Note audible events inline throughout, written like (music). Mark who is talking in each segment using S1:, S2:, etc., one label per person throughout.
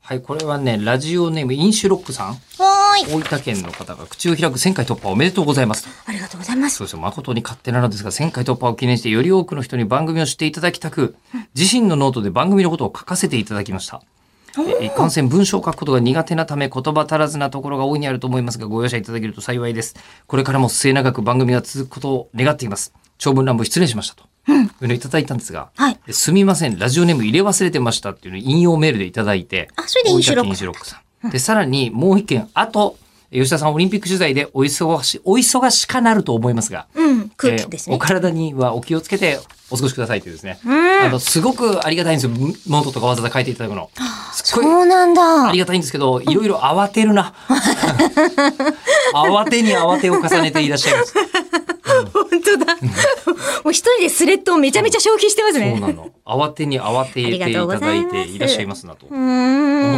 S1: はい、これはね、ラジオネーム、インシュロックさん。
S2: はーい。
S1: 大分県の方が口を開く1000回突破おめでとうございます。
S2: ありがとうございます。
S1: そうですよ、誠に勝手なのですが、1000回突破を記念してより多くの人に番組を知っていただきたく、自身のノートで番組のことを書かせていただきました。えいかんせん文章を書くことが苦手なため言葉足らずなところが大いにあると思いますがご容赦いただけると幸いです。これからも末永く番組が続くことを願っています。長文乱文失礼しましたと。うん。いただいたんですが、
S2: はい
S1: えすみません、ラジオネーム入れ忘れてましたっていうのを引用メールでいただいて、
S2: あそれでインシュロック
S1: 大分県ロックさん。で、さらにもう一件、あと、え吉田さんオリンピック取材でお忙し、お忙しかなると思いますが、
S2: うん、空気です
S1: えー
S2: ね
S1: お。体にはお気をつけてお過ごしくださいというですね。
S2: うん
S1: あの、すごくありがたいんですよ。ノートとかわざわざ書いていただくの。すっごい
S2: そうなんだ
S1: あり。がたいんですけど、いろいろ慌てる
S2: (laughs)
S1: な。慌てに慌てを重ねていらっしゃいます。そ
S2: 本当だ。もう一人でスレッドをめちゃめちゃ消費してます
S1: う
S2: ね。
S1: なの。慌てに慌てていただいていらっしゃいますなと
S2: う
S1: 思っ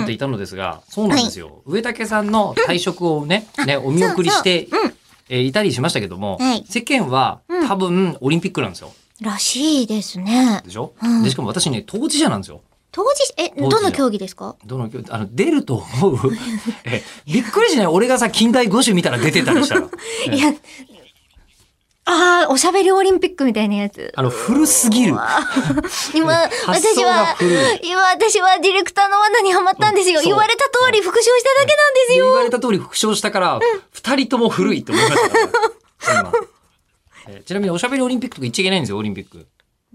S2: ー
S1: て
S2: ん。
S1: いたのですが、そうなんですよ。上竹さんの退職をね、ね、お見送りして
S2: そうそううん、
S1: えーいたりしましたけども
S2: はい、
S1: 世間は
S2: うん
S1: 多分オリンピックなんですよ。
S2: らしいですね。
S1: でしょ
S2: うん
S1: で、しかも私ね、当事者なんですよ。
S2: 当時、え、
S1: 時
S2: どの競技ですか
S1: どの競あの、出ると思う (laughs) え、びっくりしない俺がさ、近代五種見たら出てたりした
S2: (laughs)
S1: ら。
S2: いや、ああ、おしゃべりオリンピックみたいなやつ。
S1: あの、古すぎる。
S2: 今、
S1: 発
S2: 私
S1: 想が
S2: は
S1: 古い、
S2: 今、私はディレクターの罠にはまったんですよ。
S1: そう
S2: 言われた通り復唱しただけなんです
S1: で
S2: よ。
S1: 言われた通り復唱したから、二、人とも古いって思いました
S2: (laughs)
S1: から。今えーちなみにおしゃべりオリンピックとか言っちゃいけないんですよ、オリンピック。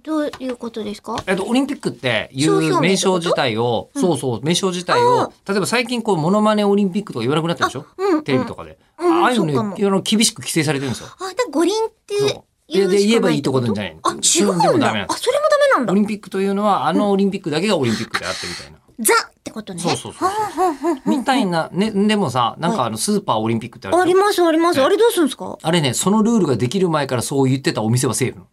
S2: どういうことですか
S1: えっと、オリンピックってい
S2: 商標名ってこ
S1: う名称
S2: と
S1: 自体を、そうそう、名称自体を、例えば最近こう、モノマネオリンピックとか言わなくなったでしょ、
S2: うんうん
S1: テレビとかで。
S2: うん
S1: ああいうのね、
S2: そ
S1: あ
S2: うかも
S1: の厳しく規制されてるんですよ。
S2: あ、だから五輪って
S1: そう
S2: 言うしかな
S1: で
S2: い
S1: で言えばいいってことじゃない
S2: あ、違
S1: それ
S2: う
S1: も
S2: ん
S1: ダメなん。
S2: だ
S1: で
S2: あ、
S1: す
S2: それも
S1: オ
S2: ダメなんだ。
S1: リンピックというのは、あのオリンピックだけがオリンピックであってみたいな。
S2: ザってことね。
S1: そうそうそう
S2: はあはあは
S1: みたいな、ね、でもさ、なんかあの、スーパーオリンピックってある
S2: あ
S1: でしょ
S2: あります、あります。
S1: ね
S2: あれどうするんですか
S1: あれね、そのルールができる前からそう言ってたお店はセーフなの。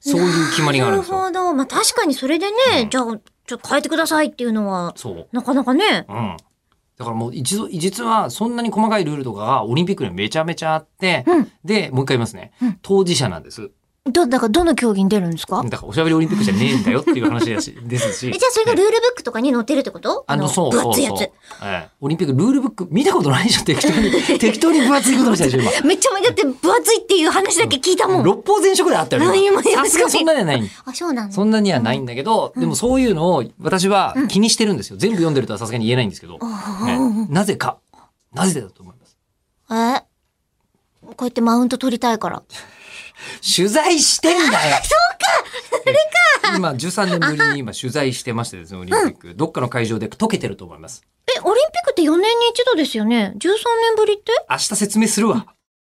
S1: そういう決まりがあるんです
S2: な
S1: よ。
S2: るほど。まあ確かにそれでね、じゃあ、ちょっと変えてくださいっていうのは、
S1: そう。
S2: なかなかね。
S1: うん。だからもう一度、実はそんなに細かいルールとかがオリンピックにはめちゃめちゃあって、
S2: うん
S1: で、もう一回言いますね
S2: うん。
S1: 当事者なんです。
S2: ど、だからどの競技に出るんですか
S1: だからおしゃべりオリンピックじゃねえんだよっていう話だし
S2: (laughs)
S1: ですし。
S2: え、じゃあそれがルールブックとかに載ってるってこと
S1: あの、そう
S2: 分
S1: そう
S2: 厚い
S1: そう。
S2: やつ。
S1: ええオリンピックルールブック見たことないでしょ適当
S2: (laughs)
S1: に。適当に分厚いことにしたでしょ今。
S2: めっちゃ、だって分厚いっていう話だけ聞いたもん。
S1: 六方全色であったよ
S2: うん今
S1: 今。
S2: 今
S1: さすがそんなにはない。
S2: あ、そうなんだ
S1: そ。んなにはないんだけど、でもそういうのを私は気にしてるんですよ。全部読んでるとはさすがに言えないんですけど。ねなぜか。なぜだと思います。
S2: えこうやってマウント取りたいから。
S1: 取材してんだよ。 (laughs) そうか。それか。今、13年ぶりに今取材してましてですね、オリンピック。どっかの会場で溶けてると思います。
S2: え、オリンピックって4年に一度ですよね。13年ぶりって
S1: 明日説明するわ。